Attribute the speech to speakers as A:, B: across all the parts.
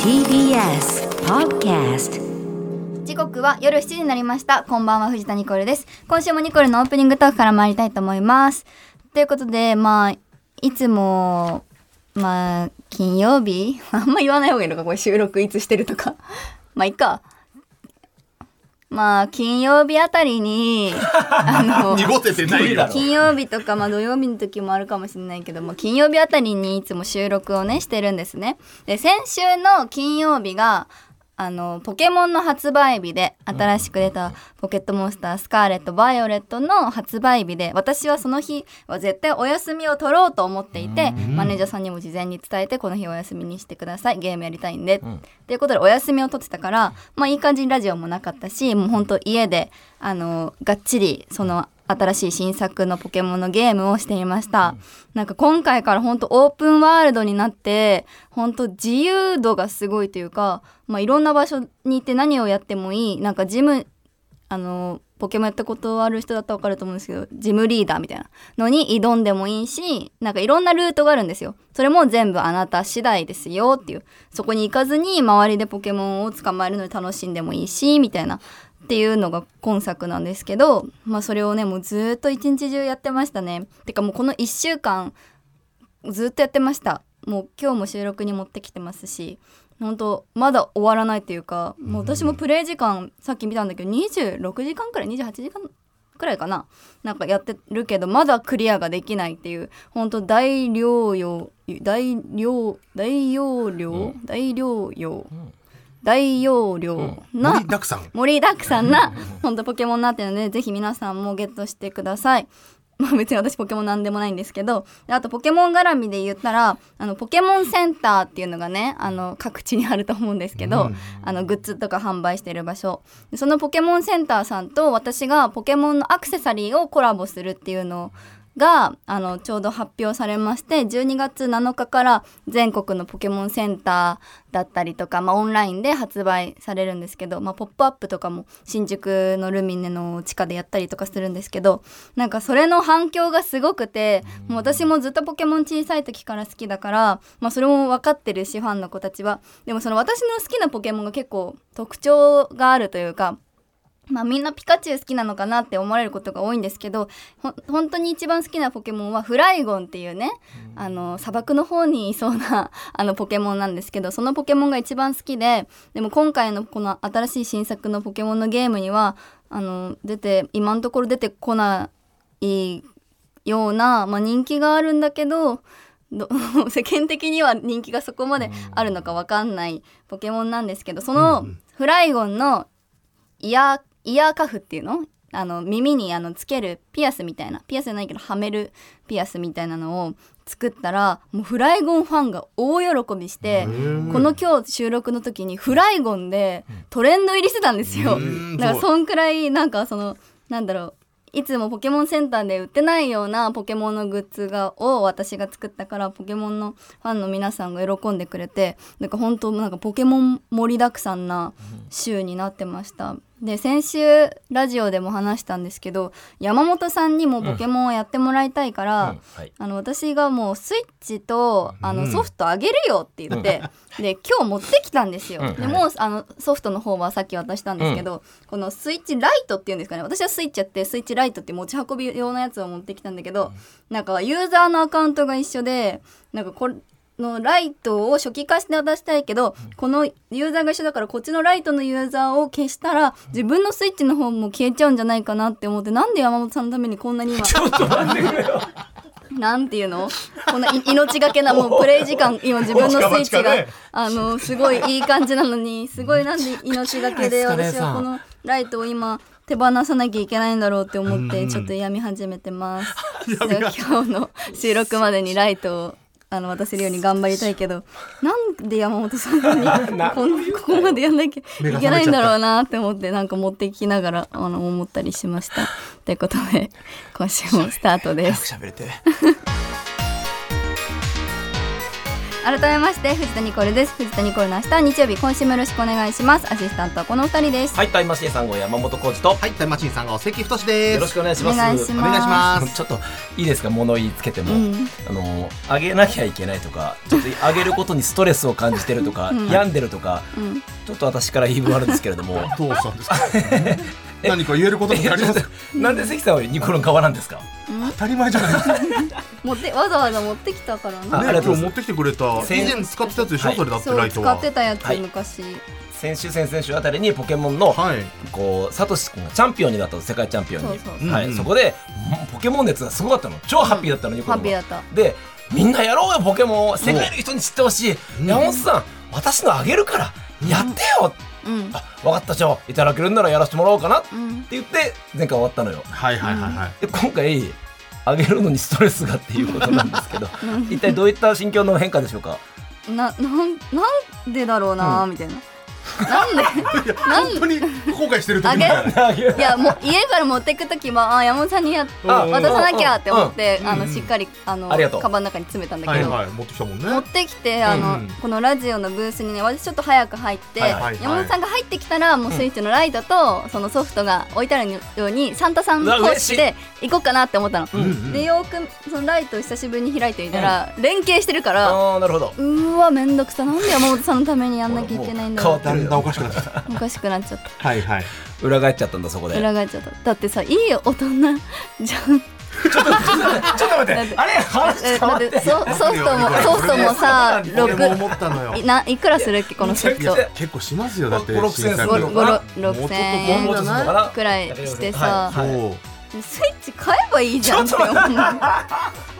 A: TBS Podcast
B: 時刻は夜7時になりましたこんばんは藤田ニコルです今週もニコルのオープニングトークから参りたいと思いますということでまあいつもまあ金曜日 あんま言わない方がいいのかこれ収録いつしてるとか まあいいかまあ金曜日あたりにあの
C: 濁っててないよ。
B: 金曜日とか、まあ、土曜日の時もあるかもしれないけども金曜日あたりにいつも収録をねしてるんですね。で先週の金曜日があのポケモンの発売日で新しく出た「ポケットモンスタースカーレット・バイオレット」の発売日で私はその日は絶対お休みを取ろうと思っていてマネージャーさんにも事前に伝えてこの日お休みにしてくださいゲームやりたいんで、っていうことでお休みを取ってたから、まあ、いい感じにラジオもなかったしもうほんと家であのがっちりその新しい新作のポケモンのゲームをしていました、なんか今回から本当オープンワールドになって本当自由度がすごいというか、まあ、いろんな場所に行って何をやってもいいなんかジムあのポケモンやったことある人だったら分かると思うんですけどジムリーダーみたいなのに挑んでもいいしなんかいろんなルートがあるんですよそれも全部あなた次第ですよっていうそこに行かずに周りでポケモンを捕まえるのに楽しんでもいいしみたいなっていうのが今作なんですけど、まあ、それをねもうずーっと一日中やってましたねてかもうこの1週間ずっとやってましたもう今日も収録に持ってきてますし本当まだ終わらないというかもう私もプレイ時間さっき見たんだけど26時間くらい28時間くらいかななんかやってるけどまだクリアができないっていう本当大量用大量大容量、大容量、大容量な、
C: 盛りだくさん。
B: 盛りだくさんな本当ポケモンになってるのでぜひ皆さんもゲットしてください。まあ別に私ポケモンなんでもないんですけどであとポケモン絡みで言ったらあのポケモンセンターっていうのがねあの各地にあると思うんですけど、あのグッズとか販売してる場所でそのポケモンセンターさんと私がポケモンのアクセサリーをコラボするっていうのをがあのちょうど発表されまして12月7日から全国のポケモンセンターだったりとか、まあ、オンラインで発売されるんですけど「まあ、ポップアップとかも新宿のルミネの地下でやったりとかするんですけどなんかそれの反響がすごくてもう私もずっとポケモン小さい時から好きだから、まあ、それも分かってるしファンの子たちはでもその私の好きなポケモンが結構特徴があるというかまあ、みんなピカチュウ好きなのかなって思われることが多いんですけどほん本当に一番好きなポケモンはフライゴンっていうね、あの砂漠の方にいそうな あのポケモンなんですけどそのポケモンが一番好きででも今回のこの新しい新作のポケモンのゲームにはあの出て今のところ出てこないような、まあ、人気があるんだけどど 世間的には人気がそこまであるのかわかんないポケモンなんですけどそのフライゴンのイヤーイヤーカフっていうのあの耳にあのつけるピアスみたいなピアスじゃないけどはめるピアスみたいなのを作ったらもうフライゴンファンが大喜びしてこの今日収録の時にフライゴンでトレンド入りしてたんですよ。
C: ん
B: だか
C: すご
B: らそ
C: い
B: んくらいなんかそのなんだろういつもポケモンセンターで売ってないようなポケモンのグッズがを私が作ったからポケモンのファンの皆さんが喜んでくれてなんか本当なんかポケモン盛りだくさんな週になってました。で先週ラジオでも話したんですけど山本さんにもポケモンをやってもらいたいから、
D: うんはい
B: あの私がもうスイッチとあのソフトあげるよって言って、で今日持ってきたんですよ。
D: うん
B: でもうあのソフトの方はさっき渡したんですけど、このスイッチライトっていうんですかね私はスイッチやってスイッチライトって持ち運び用のやつを持ってきたんだけど、なんかユーザーのアカウントが一緒でなんかこれのライトを初期化して渡したいけど、このユーザーが一緒だからこっちのライトのユーザーを消したら自分のスイッチの方も消えちゃうんじゃないかなって思ってなんで山本さんのためにこんなに今。なんていうのこんない命がけなもうプレイ時間今自分のスイッチが、あのすごいいい感じなのにすごいなんで命がけで私はこのライトを今手放さなきゃいけないんだろうって思ってちょっとやみ始めて ます。で今日の収録までにライトをあの渡せるように頑張りたいけど なんで山本さんにこんここまでやんなきゃいけないんだろうなって思ってなんか持ってきながらあの思ったりしました。ということで今週もスタートです。
C: 喋れて。
B: 改めまして藤田ニコルです藤田ニコルの明日日曜日今週もよろしくお願いしますアシスタントはこのお二人です、
C: はい、タイムマシーン3号山本浩二と、
D: はい、タイムマシーンさんが関太です。
C: よろしくお願いします。
B: お願いし
D: お願いしま
C: あ
D: す
C: の。ちょっといいですか物言いつけても、
B: うん
C: あのあげなきゃいけないとかちょっとあげることにストレスを感じてるとか、
B: うん
C: 病んでるとか
B: うん、
C: ちょっと私から言い分あるんですけれども
D: どうしたんですか。 何か言えること
C: い
D: にな
C: や
D: り
C: ちょ
D: ま
C: っと
D: す。
C: なんで関さんはニコルの側なんですか
D: 当たり前じゃないですか。ね、
B: 持ってわざわざ持ってきたから
C: あ
B: な
C: ありが
D: 今
C: とうございます
D: 日持ってきてくれた。以
C: 先
D: 前使ってたやつでし
C: は
D: ょ、
C: い
D: それだって
B: そ
D: ラ
B: う
D: イト
B: 使
D: は。
B: ってたやつ、
C: はい
B: 昔
C: 先週先々週あたりにポケモンの
D: はい。
C: こうサトシ君がチャンピオンになったの世界チャンピオンに
B: そうそうそう
C: はい
D: うん
C: そこでんポケモン熱がすごかったの超ハッピーだったのニコ
B: ハ
C: ル
B: ッピー
C: が
B: だった
C: でみんなやろうよポケモンを世界の人に知ってほしい
D: うん
C: 山本さん私のあげるからやってよ
B: うん
C: あ分かったじゃあいただけるんならやらせてもらおうかなって
B: うん
C: 言って前回終わったのよ
D: はいはいはいはい。
C: で今回あげるのにストレスがっていうことなんですけど一体どういった心境の変化でしょうか
B: ななんなんでだろうな、みたいななんでなん
D: 本当に後悔してる時
B: あ
D: み
B: げ
D: たいな。
B: いやもう家から持ってく時もあー山本さんにや
D: あ
B: 渡さなきゃって思って、
D: うん
B: あの
D: うん
B: しっかりあの
C: ありがとう
B: カバンの中に詰めたんだ
D: は
B: け
D: い
B: ど、
D: はい、持ってきたもんね。
B: 持ってきてあの、
D: うん
B: このラジオのブースにね私ちょっと早く入って、
C: はいはい
D: はい
B: 山本さんが入ってきたらもうスイッチのライトと、そのソフトが置いてあるようにサンタさん
C: うわ
B: 通
C: 嬉し
B: し
C: い
B: て行こうかなって思ったの。
D: うんうん
B: でよーくそのライトを久しぶりに開いてみたら、連携してるから。
C: ああなるほど
B: うーわめんどくさなんで山本さんのためにやんなきゃいけないんだ
C: も
B: ろ
C: う
D: だんだんおかしくなってきた。
B: うおかしくなっちゃった
D: はいはい。
C: 裏返っちゃったんだそこで
B: 裏返っちゃっただってさいい大人じゃん
C: ちょっと待っ
B: だって
C: てあれ話
B: え
C: 変わ
B: だっ
C: っ
B: て
C: て
B: ソソフトも
D: これ
B: ソフトもさ
C: これ
D: 俺も思
B: 六
D: ったのよ
B: い。ないくらするっけこのソフ
C: いや
B: ト
C: いや
D: 結構しますよ、だって。
C: 5 6
D: 新
C: 千
D: 作
C: する
B: 五
C: よ
B: 五六
D: もう
B: 六
D: ちょっと
B: 千
D: も
B: 円
D: うちょっと
C: かな
B: くらいしてさ
C: はいはい
D: そう。
B: スイッチ買えばいいじゃんって思う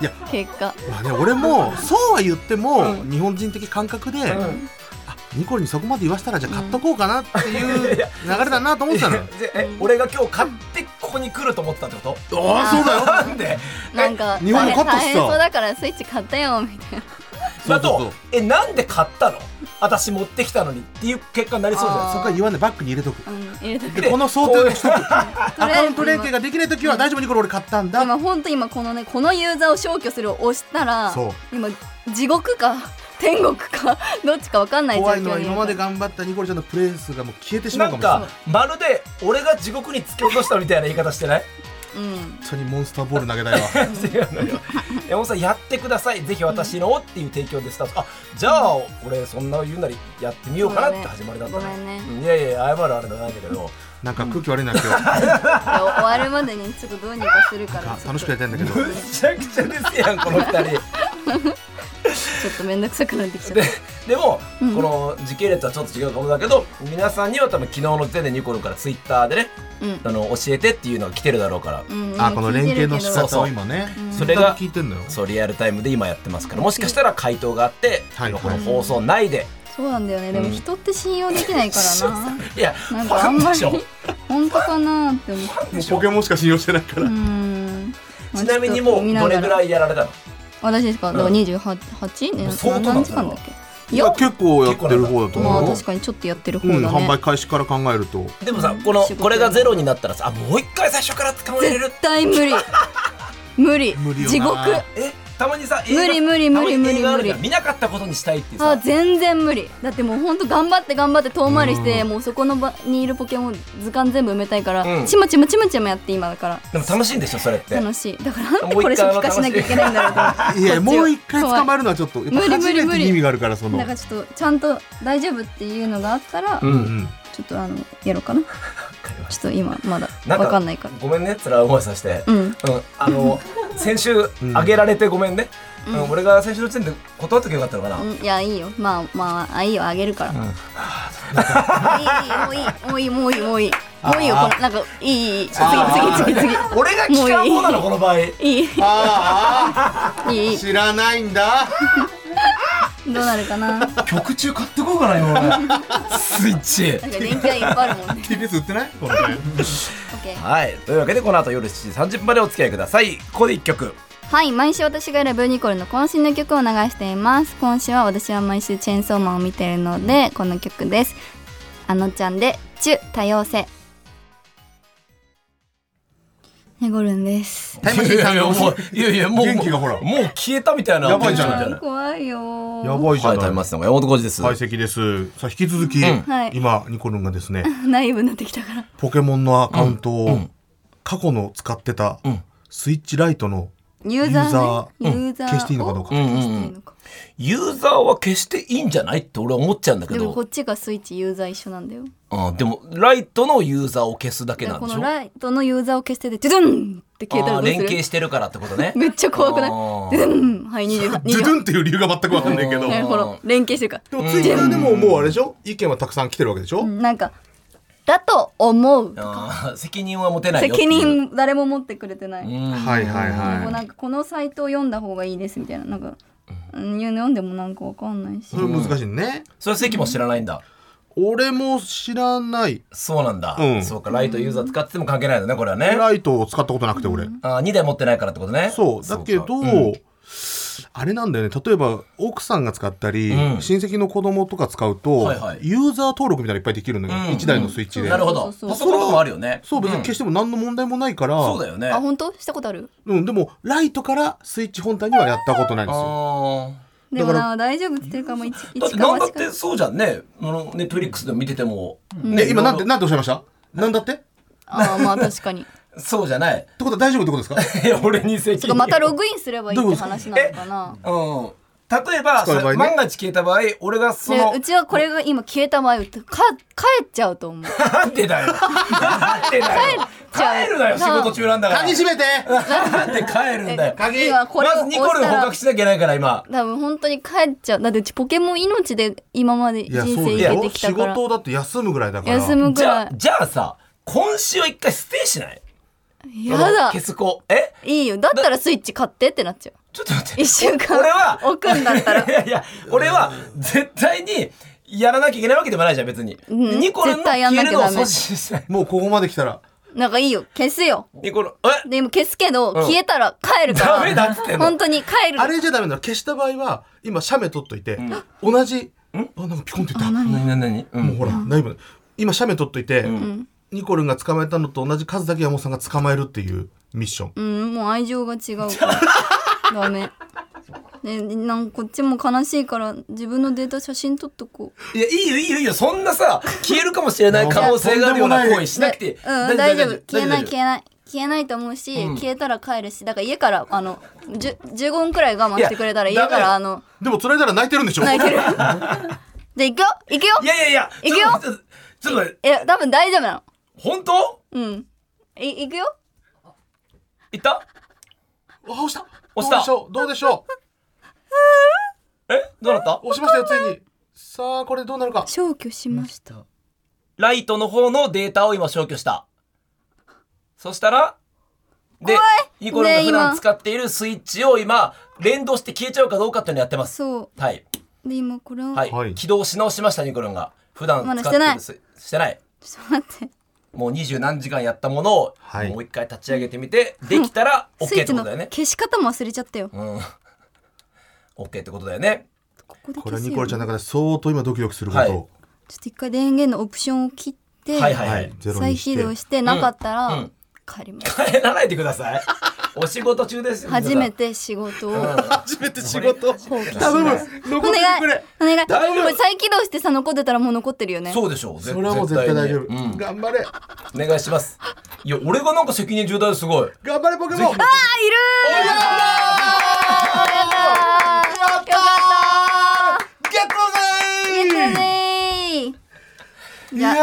D: いや
B: 結果
D: まあね、俺もそうは言っても、
C: う
D: 日本人的感覚で、
C: うん
D: あニコルにそこまで言わせたらじゃあ買っとこうかなっていう流れだなと思ってたのよ。
C: で え俺が今日買ってここに来ると思ったってこと
D: ああそうだよ。
C: なんで
B: なんか
D: 日本もカットした
B: 大変そうだからスイッチ買ったよみたいな
D: そ
C: だ
D: うそうそ
C: と
D: う。
C: えなんで買ったの私持ってきたのにっていう結果になりそうじゃない
D: そこは言わないバッグに入れとく。
B: うん入れて
D: でこの想定で
B: と
D: ア
B: りあ
D: カ
B: え
D: ウ
B: ず
D: ント連携ができないときは大丈夫ニコル俺買ったんだ。
B: 今本当今このねこのユーザーを消去するを押したら
D: そう
B: 今地獄か天国かどっちかわかんない状況
D: 怖い
B: に
D: のは今まで頑張ったニコルちゃんのプレイ数がもう消えてしまう
C: な
D: か
C: ん
D: もしれな
C: か
D: い。
C: まるで俺が地獄に突き落としたみたいな言い方してない
B: うん
D: 本当にモンスターボール投げたいわ。
C: 違うのよ山本さんやってくださいぜひ私のっていう提供でスタートあじゃあ俺そんな言うなりやってみようかなって始まりだった
B: ごめんね
C: いやいや謝るあれじゃないんだけど
D: なんか空気悪いな今日。
B: いや終わるまでにちょっとどうにかするから
D: なんか楽しくやりたいんだけ
C: む
D: ど。
C: ちゃくちゃですやんこの二人
B: ちょっと面倒くさくなってきちゃった
C: でも、
B: うん
C: この時系列はちょっと違うかもだけど皆さんには多分昨日の時点でニコルンからツイッターでね
B: うん
C: あの教えてっていうのが来てるだろうから、
B: うん
D: あこの連携の仕
C: そう
D: 方
C: そう
D: を今ね。
C: それが
D: 聞いてんのよ。
C: そうリアルタイムで今やってますからもしかしたら回答があって、
D: はい
C: この放送内で、
B: そうなんだよねでも
C: うん
B: 人って信用できないからな
C: いや
B: なん
C: フ
B: か
C: ァ
B: あん
C: ン
B: ま
C: で
B: り
C: しょ
B: 本当かなって思って
D: もうポケモンしか信用してないか
B: う
D: ら。
B: んまあ
C: ちなみにもうどれぐら
B: い
C: いやられたの
B: 私ですかだから
C: うん
B: 28ね
C: もう相当だ
B: 何時間だっけ
D: い
B: い
D: や
B: や
D: 結構やってる方だと
B: まあ
D: 思う
B: 確。かにちょっとやってる
D: う
B: 方
D: ん、
B: だ
D: 販売
B: ね
D: 開始から考えると。
C: でもさこの
B: 仕事
C: これがゼロになったらさあもう一回最初から使われる
B: 絶対 無理無理
D: 無理よな
B: 地獄
C: えたまにさ
B: 無理無理無理無理無理
C: 見なかったことにしたいっていう
B: あ
C: さ
B: 全然無理だってもうほんと頑張って頑張って遠回りして、
D: うん
B: もうそこの場にいるポケモン図鑑全部埋めたいから、
C: うん
B: ちまちまちまちまやって今だから
C: でも楽しいんでしょそれって
B: 楽しいだからなんでこれ初期化しなきゃいけないんだろうと思って
D: いや、
B: こっち
D: も
B: は
D: う一回捕まえるのはちょっと、やっぱ初めてに意味があるから、その。
B: だからちょっとちゃんと大丈夫っていうのがあったら、
C: う
B: ち
D: うんん、
B: ょっとあのやろうかなちょっと今まだ
C: なん
B: わかんないから
C: ごめんね辛い思いさせて
B: うん
C: うん、あの先週
D: ん
C: あげられてごめんね、
B: う
C: うんん俺が先週の時点で断っときゃよかったのかな、
B: うんいやいいよまあまああいいよあげるから、
C: ん
B: いいいいもういいもういいもういいもういいもういいよこのなんかいいいいいい次次次
C: 俺が聞かん方なのこの場合
B: 次いい
D: あ
B: いいい
D: あ
B: い
D: 知らないんだ。
B: どうなるかななんか
C: 曲中買ってこうかな今俺スイッチ
B: 電気がいっぱいあるもんね
D: TBS 売ってないこれ。
B: オッケー
C: はいというわけでこの後夜7時30分までお付き合いくださいここで一曲
B: はい毎週私が選ぶニコルの渾身の曲を流しています今週は私は毎週チェーンソーマンを見ているのでこの曲ですあのちゃんで「チュ多様性」へごるんです
D: タイムマ
C: い
D: シーン
C: や
D: さん
C: いや
D: の
C: もういやいやもう
E: 元気がほ
C: も
E: ら
C: う消えたみたいな
E: やばいじゃない
C: テンション
B: 怖いよー
D: やばいじゃ
C: はい
D: な
C: タイ
D: い
C: ムマシーンの山本浩二です
D: 解析ですさあ引き続き、
B: はい
D: 今ニコルンがですね
B: 内部になってきたから
D: ポケモンのアカウントを過去の使ってたスイッチライトの
B: ユーザーね
D: ユーザーう
B: ユーザーを
D: ん消していいのかどうか
B: ん消していいのか
C: ユーザーは消していいんじゃないって俺は思っちゃうんだけ
B: でもこ
C: ど
B: っちがスイッチユーザー一緒なんだよ
C: あでもライトのユーザーを消すだけなん
B: こ
C: でし
B: の
C: ょ
B: ライトのユーザーを消してでドゥドゥンって消えた
C: あ
B: ら
C: ー
B: どうす
C: 連携
B: る
C: してるからってことね
B: めっちゃ 怖くない
C: あー
B: ドゥドゥンはい2
D: ドゥドゥンっていう理由が全くわかんないけど
C: うん
B: なるほど連携してるか
D: でもツイッターでももうあれでしょ意見はたくさん来てるわけでしょ、
B: らなんかだと思う
C: あー責任は持てないよってい
B: 責
C: う
B: 任誰も持ってくれてない
C: うん
D: はいはい
B: もう
D: は
B: ないんかこのサイトを読んだ方がいいですみたいななんか、うん、読んでもなんかわかんないし
D: それ難しいね
C: それ関も知らないんだ
D: 俺も知らない
C: そうなんだ、
D: うん
C: そうかライトユーザー使ってても関係ないんだねこれはね
D: ライトを使ったことなくて俺、
C: あ2台持ってないからってことね
D: そうだけど
C: そうか
D: あれなんだよね例えば奥さんが使ったり、
C: うん
D: 親戚の子供とか使うと、
C: はいはい
D: ユーザー登録みたいなのいっぱいできるのよ、
C: うん
D: 1台のスイッチで、
C: なるほど
B: そうそうそう
C: パソコンとかもあるよね
D: そう別に
C: ん
D: 消しても何の問題もないから、
C: そうだよね
B: あ本当したことある
D: うん、でもライトからスイッチ本体にはやったことないんですよ
C: あー
B: でも
D: だか
B: な大丈夫っていうかもう一
C: だって
B: 一か
C: なんだっ
B: 八か
C: てそうじゃんねあのネットフリックスでも見てても、
D: ね、今なん
C: いろ
D: て
C: い
D: なんておっしゃいましたなんだってって
B: ああまあ確かに
C: ろそうじゃない
D: ことは大丈夫ってことですか
C: いや俺に責
B: てか
C: 任
B: またログインすればいいって話なのかな
C: うん例えば、
D: 使う場合ね
C: 万が一消えた場合俺がそ
B: で
C: の
B: うちはこれが今消えた場合か帰っちゃうと思う
C: なんでだよなんでだよ
B: 帰っちゃう
C: 帰るなよ仕事中なんだから
D: 鍵閉めて
C: なんで帰るんだよ
D: 鍵
B: 今これ
C: ま
B: を
C: ず
B: 押
C: ニコル
B: し
C: ン捕
B: たら
C: 獲しなきゃいけないから今
B: 多分本当に帰っちゃうだってうちポケモン命で今まで
D: い
B: 人
D: やそう
B: 生
D: だ
B: 生きて
D: よ
B: きた
D: 仕
B: から
D: 事だって休むぐらいだから
B: 休むぐ
C: じゃ
B: ら
C: あじゃあさ今週は一回ステイしない
B: いやだ
C: 消す子え
B: いいよだったらスイッチ買ってってなっちゃう
C: ちょっと待って
B: 一週間
C: 俺は
B: 置くんだったら
C: いやいや俺は絶対にやらなきゃいけないわけでもないじゃん別に、
B: ん
C: ニコルンの
B: 絶対やん
C: 消
B: な
C: え
B: きゃ
C: る
B: ダ
C: のを
B: メ
C: 阻止したい
D: もうここまで来たら
B: なんかいいよ消すよ
C: ニコルンえ
B: でも消すけど、
C: ん
B: 消えたら帰るから
C: ダメだっつってんの
B: 本当に帰る
D: あれじゃダメなの消した場合は今写メ取っといて、同じあなんかピコンって言ったも
C: 何何何う
D: うんほら、だいぶ今写メ取っといて、ニコルンが捕まえたのと同じ数だけ山本さんが捕まえるっていうミッション、
B: うんもう愛情が違うからダメねなんかこっちも悲しいから自分のデータ写真撮っとこう
C: いやいいよいいよいいよそんなさ消えるかもしれない可能性があるような行為しなくて
B: でうん大丈夫消えない
C: え
B: 消えない消えないと思うし、消えたら帰るしだから家からあのじゅ15分くらい我慢してくれたら
C: い
B: 家
C: や
B: か
C: ダメ
B: らあの
D: でも辛いたら泣いてるんでしょ
B: 泣いて るじゃあ行くよ行くよ
C: いやいやいや
B: いくよ
C: ちょっとちょっと待って
B: いや多分大丈夫な
C: 本当
B: のうんい行くよ
C: いった
D: あ押した
C: 押した
D: どうでしょうどうでしょ
C: えどうなった
D: う押しましたよついにさあこれどうなるか
B: 消去しました
C: ライトの方のデータを今消去した。そしたら、で、ニコルが
B: ねえ
C: 普段
B: 今
C: 使っているスイッチを今、連動して消えちゃうかどうかっていうのをやってます。
B: そ
C: はい。
B: うで今これを、
C: はい。
D: はい
C: 起動し直しました、ニコルンが。普段使
B: まだし
C: っ
B: てて
C: い
B: ない
C: るスイしてない。
B: ちょっと待って
C: もう二十何時間やったものを、
D: はい
C: もう一回立ち上げてみて、できたら OK っ
B: スイ
C: て
B: ッチ
C: こと
B: の
C: だよね。
B: 消し方も忘れちゃったよ。
C: うん。OK ってことだよね。
B: ここで
D: これ
B: 消
D: は
B: す
D: ニ
B: よ。
D: コルちゃんの中で相当今ドキドキするこ
C: はい
D: と、
B: ちょっと一回電源のオプションを切って、
C: はいはい
D: はいゼロ
B: 再
D: にし
B: 起
D: て
B: 動してなかった
C: うんう
B: ら
C: ん
B: 帰ります。
C: 帰らないでください。お仕事中ですよ。
B: 初め
C: て。
B: て仕事を
C: う
B: お
C: ん
D: 初めて仕事
B: 放棄します
D: 頼む残って
B: 願い
D: くれ
B: お願い。こ
C: 大丈夫
B: れ再起動してさ残ってたらもう残ってるよね。
C: そうでしょう。ぜ
D: それはもう絶対大丈夫、
C: にうん
D: 頑張れ
C: お願いします。いや、俺がなんか責任重大ですごい。
D: 頑張れポケモン
B: あーよかったー。や
D: ゲットぜ
B: ったね
D: ーいや
B: ー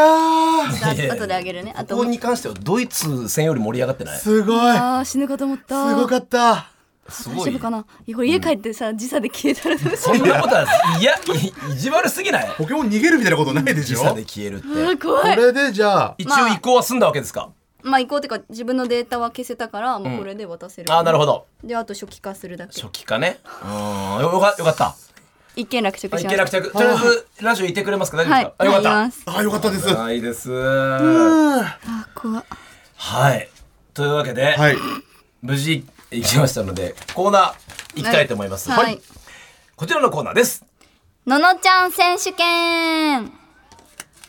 B: じゃあ後であげるね。あ
C: ことこに関してはドイツ戦より盛り上がってない
D: ーすごい
B: あー死ぬかと思った。
D: すごかった
C: す
B: 大
C: ご
B: 丈夫
C: い。
B: かな。いやこれ家帰ってさ時差で消えたらどうしよう
C: そんなことはいやい意地悪すぎない
D: ポケモン逃げるみたいなことないでし
C: 時
D: ょ
C: 差で
D: こ
C: 消えるって
B: あー怖い。
D: れでじゃあ
C: 一応移行は済んだわけですか
B: まあ移行っていうか自分のデータは消せたからもうこれで渡せる、
C: ああなるほど
B: であと初期化するだけ
C: 初期化ねうーんよよかよかった
B: 一件落着しま
C: 一
B: し
C: 件
B: た
C: 落着とりあえずラジオいてくれますか大丈夫
B: は
C: で
B: い
C: すかあよかっ
B: います
D: あよかった
C: た
D: です
C: ないですは
B: あ怖っ
C: いというわけで
D: はい
C: 無事行きましたのでコーナー行きたいと思います
B: はい
C: こちらのコーナーです
B: ののちゃん選手権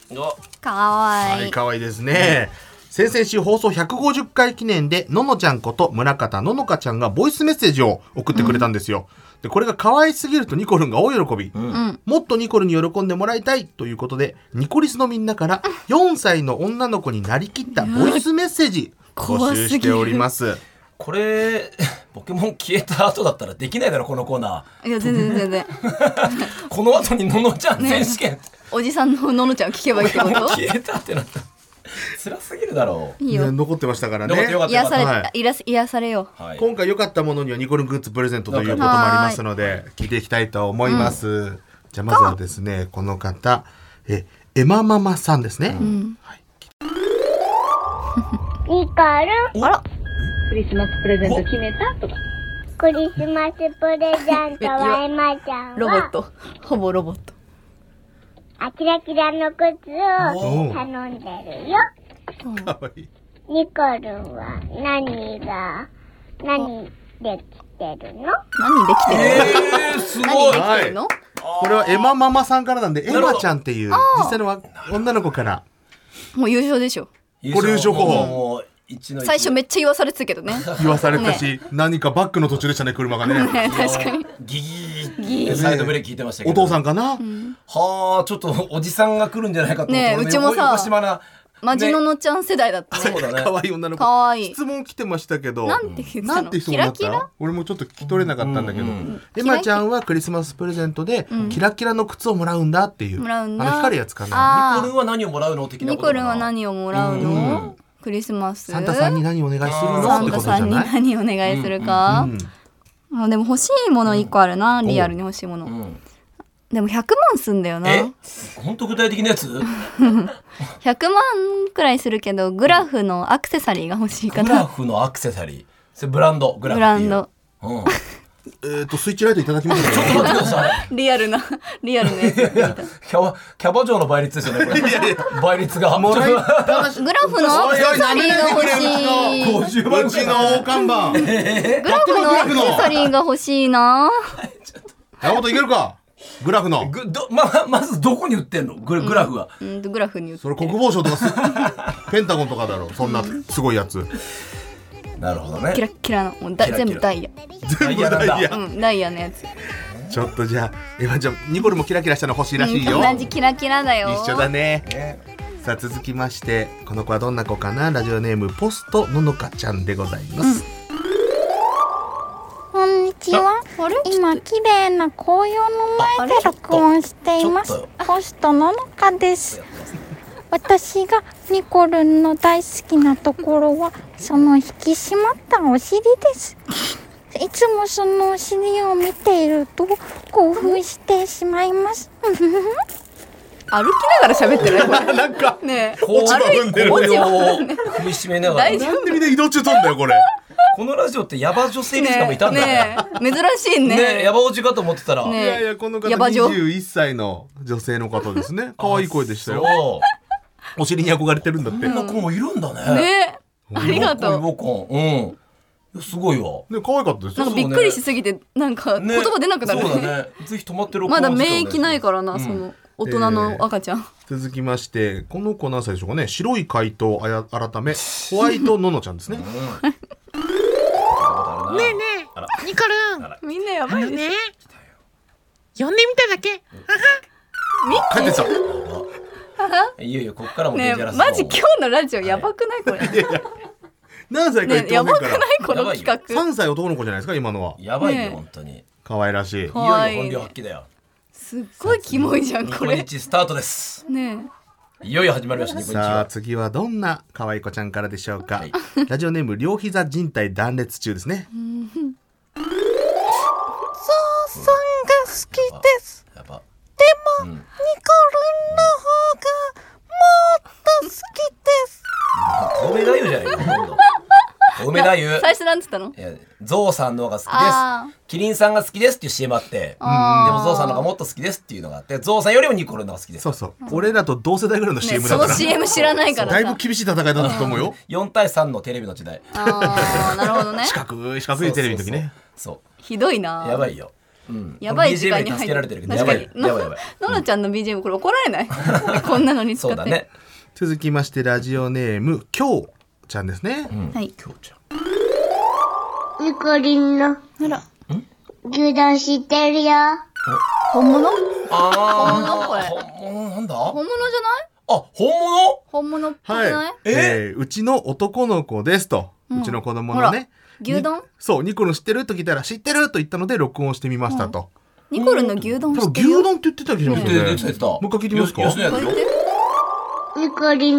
C: お
B: かわ
D: はい
B: い
D: 可愛いですね先々週放送150回記念でののちゃんこと村方ののかちゃんがボイスメッセージを送ってくれたんですよ、でこれが可愛すぎるとニコルンが大喜び、
B: うん
D: もっとニコルに喜んでもらいたいということでニコリスのみんなから4歳の女の子になりきったボイスメッセージ募集しております
C: これ ポケモン消えた後だったらできないだろこのコーナ
B: いや全然全然
C: ーこの後にののちゃん選手 権、
B: おじさんのののちゃんを聞けばいいってこ
C: もう
B: と
C: 消えたってなった辛すぎるだろう
B: いい
D: ね
B: よ
D: 残ってましたからね
C: 残ってよかった
B: 癒され、、
D: はい
B: らす癒されよ
C: はい
D: 今回良かったものにはニコルングッズプレゼントということもありますので聞いていきたいと思います、じゃあまずはですねこの方えエマママさんですね、はい、
E: ニコル
C: あら
F: クリスマスプレゼント決めたとか。
E: クリスマスプレゼントはエマちゃん
B: ロボッ
E: は
B: トほぼロボット
E: あキラキラの靴
D: お
E: を
D: ー
E: 頼んでるよ
D: かわいい
E: ニコルンは何が何で来てるの
B: 何できてるの、
C: えー、す
B: 何
C: ごい
B: できてるの、
D: これはエマママさんからなんでエ
C: るほど
D: マちゃんっていう実際のわ女の子から
B: もう優勝でしょ
D: これ優勝候補
C: もうもう一の一
B: 最初めっちゃ言わされてたけど ね
D: 言わされたし、何かバックの途中でしたね車がね
B: ね確かに
C: ギギーってサイドブレーキ聞いてましたけど
D: お父さんかな、
C: はあちょっとおじさんが来るんじゃないかと思っ
B: ね
C: て
B: え
C: 俺
B: うちもさ
C: 横島な
B: マジののちゃん世代だったね
C: そう だね
D: 可愛い女の子
B: かわいい
D: 質問来てましたけど
B: なんて言ってたの
D: なんて質問だった
B: キラキラ
D: 俺もちょっと聞き取れなかったんだけど、
C: うんうん
D: エマちゃんはクリスマスプレゼントでキラキラの靴をもらうんだっていう
B: もらうんだ
D: あの光るやつかな
C: ニ
B: あ
C: コルンは何をもらうの的
B: ー
C: な
B: ニ
C: ことか
B: コ
C: な
B: ルンは何をもらうの、
C: うん
B: クリスマス
D: サンタさんに何お願いするの
B: サ
D: っ
B: ン
D: て
B: タ
D: ことじ
B: さ
D: ゃ
B: んに
D: ない
B: 何お願いするか、あでも欲しいもの一個あるな、リアルに欲しいもの、
C: ん
B: でも100万すんだよな
C: え
B: 100
C: 本当具体的なやつ
B: 万くらいするけどグラフのアクセサリーが欲しいか
C: グラ
B: な
C: フのアクセサリーそれブランドグラ
B: ブ
C: フ
B: ラ
C: ってい
B: ン
C: う
B: ド
C: うん
D: えっ、とスイッチライトいただきます
C: ちょっと待ってください
B: リアルな リアルね
C: キャバキャバ嬢の倍率ですよねこれ倍率が
D: もらい
C: ちょっ
D: っぱなし
B: グラフのアクセサリーが欲しい。
C: と50倍
D: うちの大看板
B: グラフのアクセサリーが欲しいな。
D: 山本いけるかグラフの
C: ぐどままずどこに売ってんのグラグラフは、
B: うんとグラフに言って
D: それ国防省とかす ペンタゴンとかだろそんなすごいやつ
C: なるほどね
B: キラッキラのもうだ
C: キラキラ
B: 全部ダイヤ。
D: 全部ダイヤ
B: うんダイヤのやつ。
D: ちょっとじゃあエマちゃんニコルもキラキラしたの欲しいらしいよ、
B: 同じキラキラだよ。
D: 一緒だねさあ続きましてこの子はどんな子かなラジオネームポストののかちゃんでございます、
G: こんにちは。今、綺麗な紅葉の前で録音していま
C: ち
G: す
C: ょっと。
G: ホストののかです。私がニコルンの大好きなところは、その引き締まったお尻 です。いつもそのお尻を見ていると、興奮してしまいます。
B: 歩きながら喋ってるね これ。
D: なんか
B: ねえ。
C: こう
D: 落ち葉踏んでる
C: 紅葉を踏みしめながら
B: 大丈
D: なんでみんな移動中飛んだよ これ
C: このラジオってヤバ女性リスナーもい
B: ね
C: たんだね
B: ねえ珍しい
C: ね
B: ね。
C: ヤバおじかと思ってたら、
D: い
B: ねえ
D: やいやこの方
B: ヤバ女
D: 21歳の女性の方ですね可愛い声でしたよ
C: そう
D: お尻に憧れてるんだって
C: こんな子もいるんだね
B: ねえ。ありがとう。
C: ボコンボコンうんいやすごいわ
D: ね可愛かったです
B: な
D: よ
B: んかびっくりしすぎてなんか言葉出なくなる
C: そう
B: ね。
C: だねぜひ止まってる
B: まだ免疫ないからなその大人の赤ちゃん。
D: 続きましてこの子何歳でしょうかね白い回答あや 改めホワイトののちゃんですね
C: ねえね
H: ニコルン、
B: みんなやばいね。
H: ね、呼んでみただけ。
D: 帰ってきた
C: えいよいよこっからもデ
B: ね
C: ンジャラス
B: マジ今日のラジオやばくないこれ。
D: 何歳か言っ
B: ね
D: て
B: や
D: ま
B: ば
D: せん
B: く
D: か
B: ない
D: ら
B: この企画。
D: 3歳男の子じゃないですか今のは
C: やばい
B: ね
C: よ
B: え
C: 本当にいよ
D: 可愛らしい
B: かわい
C: い
B: い
C: よ本領発揮だよ
B: すっごいキモいじゃん
C: ニ
B: こ
C: コ
B: れ
C: ニ。チスタートです
B: ね
C: いよいよ始まりましたニコニチ
D: さあ
C: は
D: 次はどんな可愛い子ちゃんからでしょうか、
C: はい
D: ラジオネーム両膝靭帯断裂中ですね
G: ゾウさんが好きです。
C: やば
G: でも、ニコルンの方が、もっと好きです。
C: 青梅太夫じゃないかほとんど青梅
B: え。
C: 太
B: 最初なんつったの？
C: 夫いやゾウさんの方が好
B: あ
C: きですキリンさんが好きですっていう CM あって
B: あー
C: でもゾウさんの方がもっと好きですっていうのがあってゾウさんよりもニコルの方が好きです
D: そうそう俺らと同世代ぐらいの
B: ね
D: CM
B: そ
D: だか
B: の
D: ら、
B: CM 知らないから
D: だい
B: さ
D: ぶ。厳しい戦いだったと思うよ
C: 4対3のテレビの時代
B: ああなるほどね
D: 四。角い四角いテレビの時ね
C: そうそう
B: ひどいな
C: そう。やばいようん
B: やばい時間に入っ
C: BGM
B: て
C: 助けられてるけどや
B: 確
C: ば
B: か
C: い
B: に
C: よやばいやばい
B: の のちゃんの BGM これ怒られないこんなのに使
C: そ
B: っ
C: う
B: て
C: だね
D: 続きましてラジオネームきょうちゃんですね、
B: はい
C: きょうちゃん
E: ニコリンの
B: あら
E: 牛丼知ってるよ。
B: 本物
C: あ
B: これ
C: ー本物なんだあ
B: 本物じゃない
C: 本物
B: 本物っぽく
D: は
B: ないい、、
D: えーうちの男の子ですと、う
B: うん
D: ちの子供のね
B: 牛丼
D: にそうニコルン知ってると聞いたら知ってると言ったので録音してみましたと、
B: ニコルの牛丼知
D: 多分
B: って
D: 牛
B: るよ
D: 丼って言ってた気がしま
C: 出て
D: す
C: 出
D: よね、
C: て出てた。
D: もう一回聞いてみますか
C: よし吉野
B: こ
C: 家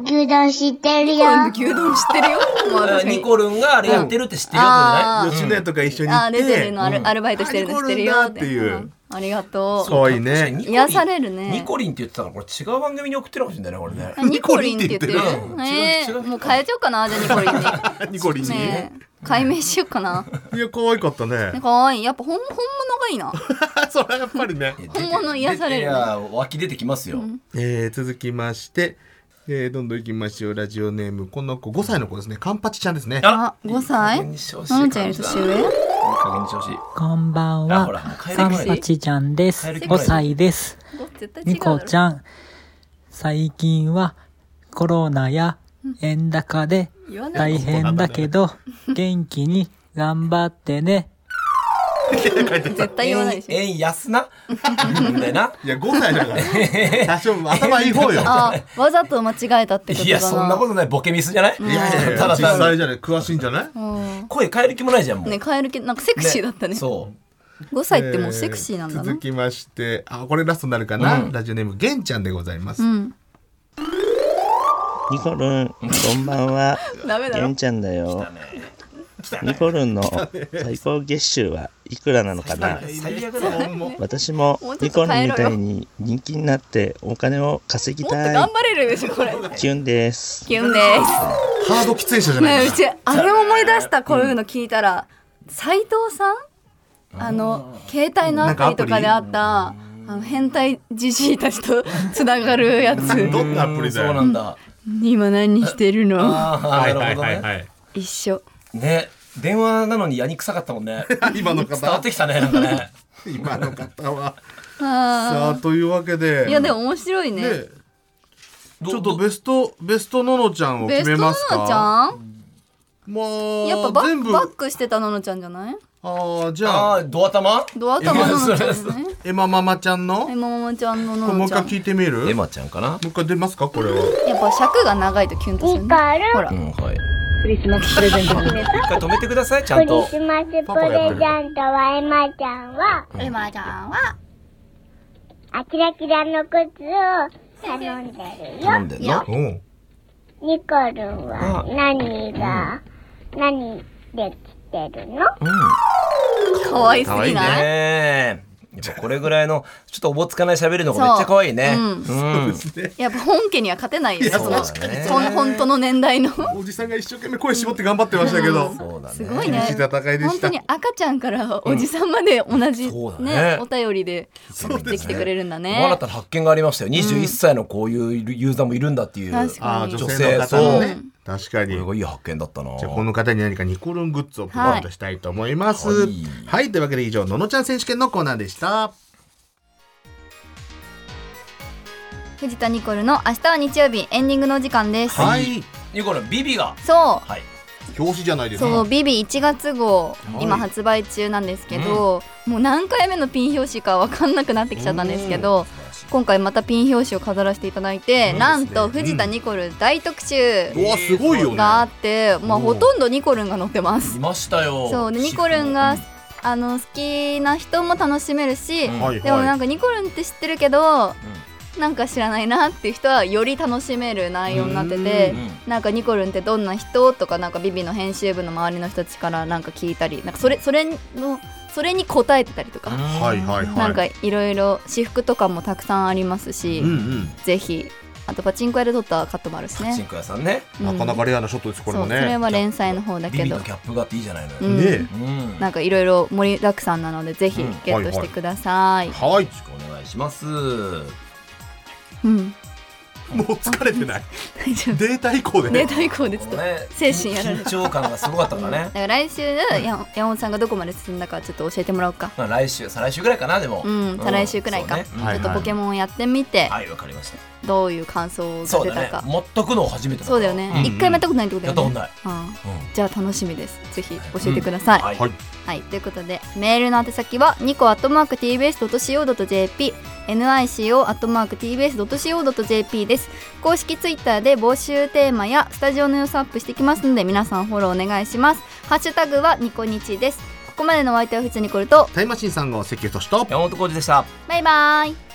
B: う
C: で
B: やっ
C: してょ
E: ニコリンの
B: ニ
E: 牛丼知ってる
B: コ
E: よ。
B: ルの牛丼知ってるよまあ
C: あ
B: 確か
C: ニ
B: に
C: コルンがあれやってるって知ってるよって
B: あ
C: ね。
B: ー
D: 吉野家とか一緒に行
B: あ
D: っ
B: ーレゼ
D: て、
B: ルのアル,、アルバイトしてるの知ってるよ
D: あニコルンだっていう
B: うんありがとう
D: 可愛いね
C: 確かにニコリン
B: 癒されるね
C: ニコリンって言ってたら、これ違う番組に送ってるかもしれないね、これね。
B: あニコリンって言ってる
D: ニコ
C: リンって言って
B: え
C: る違う違
B: ー
C: う
B: もう変えちゃおうかなじゃあニコリンに
D: ニコリンに、
B: ねえ解明しようかない
D: や可愛かったね
B: ね可愛いやっぱ本本物がいいな
D: それはやっぱりね
B: 本物癒される
C: いや、湧き出てきますよ。
D: えー続きまして、えーどんどんいきましょうラジオネームこの子5歳の子ですねカンパチちゃんですね
C: あ
B: あ5歳
C: いい加減
B: の
C: にしてほしい
B: のちゃんより年上
C: いい加減にしてほしい。
I: こんばん
C: あほら
I: は
C: もう帰。り
I: カン
C: 帰り
I: パチちゃんです。
C: 帰り帰り
I: 5歳です。
B: 絶対違う
I: ニコちゃん、最近はコロナや円高で
B: 言わない
I: 大変だ けど、元気に頑張ってね。
B: 絶対言わないでしょ
C: 円円安な。うんだよな。
D: いや5歳だから 多少頭いい 方よ
B: あーわざと間違えたってこと
C: い
B: だ
C: や、
B: な
C: そんなことない。ボケミスじゃないい
D: いやいやいや
C: ただ
D: 実
C: ただ
D: 際じゃない詳しいんじゃない
B: うん
C: 声変える気もないじゃん、もう。
B: ね変えるけどなんかセクシーだったね
C: そう。
B: 5歳ってもうセクシーなんだ
D: えー
B: な
D: 続きましてあこれラストになるかな、
C: うん
D: ラジオネームげんちゃんでございます、
B: うん
J: ニコルン、こんばん は。
B: ダメだ
J: ゲ
B: ろ
J: ンちゃんだよ。ニコルンの最高月収はいくらなのかな
C: 最悪だよ。
J: 私も
B: もうちょ
J: ニ
B: っと
J: コルン
B: 変え
J: み
B: ろよ
J: たいに人気になってお金を稼ぎ
B: もっと
J: た
B: 頑
J: い。
B: 張れるでしょこれ
J: キュンです。
B: キュンです
D: ハード喫煙者じゃな
B: ね
D: い
B: えう
D: ですか
B: ちあれ思い出したこういうの聞いたら斉藤さんあの携帯のアプリとかであったあの変態じじいたちとつながるやつ
D: どんなアプリだ
C: そうな
D: よ
C: んだ。
B: 今何してるの
C: あ
D: は
C: あ、
D: い
C: な
D: は
C: る
D: い
C: ほど
D: はいは
C: ね。
D: い
B: 一緒
C: ね。電話なのにやにくさかったもん ね。
D: 今の
C: 伝わっ
D: 方
C: てきたね、なんか ね。
D: 今の方は
B: あ
D: さあというわけで
B: ーいやでも面白いね
D: ねちょっとベストベストののちゃんを
B: ベ
D: 決
B: ス
D: め
B: ト
D: ま
B: な
D: すか
B: のちゃん
D: まあ
B: やっぱバ
D: 全
B: ッ
D: 部
B: バ
D: あ
B: ックしてたののちゃんじゃない
D: あじゃ
C: あ
D: あ
C: あ、ドア玉
B: ドア玉のの ちゃんです
C: いや
B: ね
D: エマママちゃんの
B: えママちゃんの
D: これ
B: の
D: もう
B: の
D: 一
B: ちゃ
D: 回
B: ん
D: 聞いてみる
C: エ
D: も
C: マちゃんかな
D: う一回出ますかこれは
B: やっぱ尺が長いとキュンとする
E: ニコ
B: ね
E: ル
B: ほ
E: ン、
B: ら
C: うん、はい。
F: クリスマスプレゼント決めた
C: 一回止めてください、ちゃ
E: ク
C: んと
E: リ。スマスプレゼントはエマちゃんは、
B: エマちゃんは
E: あキラキラの靴を頼んでるよ。
C: んでんの
D: おう
E: ニコルンは何が、何できてるの
B: 可愛す
C: 可愛
B: ぎ
C: い
B: ない
C: ね。やっぱこれぐらいの、ちょっとおぼつかない喋りの子めっちゃ可愛いね。
B: そううん
C: ん。
B: やっぱ本家には勝てないよね。
D: そう
B: の
D: だね
B: ほん本当の年代の。
D: おじさんが一生懸命声絞って頑張ってましたけど
C: そうだ
B: す
C: ね。
B: ごいね
D: 厳しい。戦いで
B: 本
D: し
B: 当
D: た
B: に赤ちゃんからおじさんまで同じ
C: そうだね
B: ねお便りで送ってきてくれるんだ
C: 新
B: ね。
C: たな発見がありましたよ。21歳のこういうユーザーもいるんだっていう。
B: 確か
D: ああ
B: に
D: 女性の方のね確かに
C: これがいい発見だったな。
D: じゃあこの方に何かニコルングッズをプレゼントしたいと思います
C: は
D: はいい、というわけで以上ののちゃん選手権のコーナーでした
B: 藤田ニコルの明日は日曜日エンディングのお時間です。
D: はい
C: ニコルンビビが。
B: そ
C: はい。
D: 表紙じゃないで
B: う。
D: すか
B: そうビビ1月号
D: い
B: 今発売中なんですけど、もう何回目のピン表紙かわかんなくなってきちゃったんですけど今回またピン表紙を飾らせていただいて、なんと藤田ニコル大特集、
D: うわすごいよね
B: があって、まあ、ほとんどニコルンが載ってま
C: い
B: す。
C: ましたよ。
B: そうでニコルンがあの好きな人も楽しめるし、
C: うん
D: はい
B: でもなん
D: は
B: かニコルンって知ってるけど、なんか知らないなっていう人はより楽しめる内容になってて
C: う。ん。
B: なんかニコルンってどんな人とかなんかビビの編集部の周りの人たちからなんか聞いたりなんかそれそれのそれに答えてたりとか、
D: いはいはいはい
B: なんかいろいろ私服とかもたくさんありますし、
D: うんうん
B: ぜひあとパチンコ屋で撮ったカットもあるし
C: パチン
B: ね、
C: コ屋さんね。
B: うん
D: なかなかレアなショットですこれ
B: そう
D: も
B: それ
D: ね
B: は連載の方だ
C: ビ
B: け
C: ビ
B: ど
C: のキャップがあっていいじゃないのよ。
B: うん
D: ね
C: うん。
B: なんかいろいろ盛りだくさんなのでぜひ
C: うん
B: ゲットしてください。
D: えはい
C: よろしくお願いします。
B: うん、
D: もう疲れてない
B: 大丈夫。
D: データ以降で
B: データ以降でちょっと。
C: この
B: だ
C: ね
B: 精神やられる
C: 緊張感がすごかったからね
B: か。ら来週や山本さんがどこまで進んだかちょっと教えてもらおうか。
C: まあ来週、再来週ぐらいかなでも。
B: うん、再来週くらいか。
C: そうね
B: ちょっとポケ
C: モ
B: モンをやってみて、
C: はい、わかりました。
B: どういう感想
C: そ
B: が
C: う
B: 出
C: だ
B: た
C: ね
B: か
C: 全くの初めて
B: そうだよね一、回もやったことないってことだよね
C: やった
B: ことない、
C: うん
B: じゃあ楽しみですぜひ教えてください、
C: うんはいはい
B: はいということでメールの宛先はニコアットマーク TBS.CO.JP NICO アットマーク TBS.CO.JP です公式ツイッターで募集テーマやスタジオの様子アップしてきますので皆さんフォローお願いしますハッシュタグはニコニチですここまでのお相手は普通にこれと
D: タイムマシーンさん号関口俊と
C: 山本浩二でした
B: バイバイ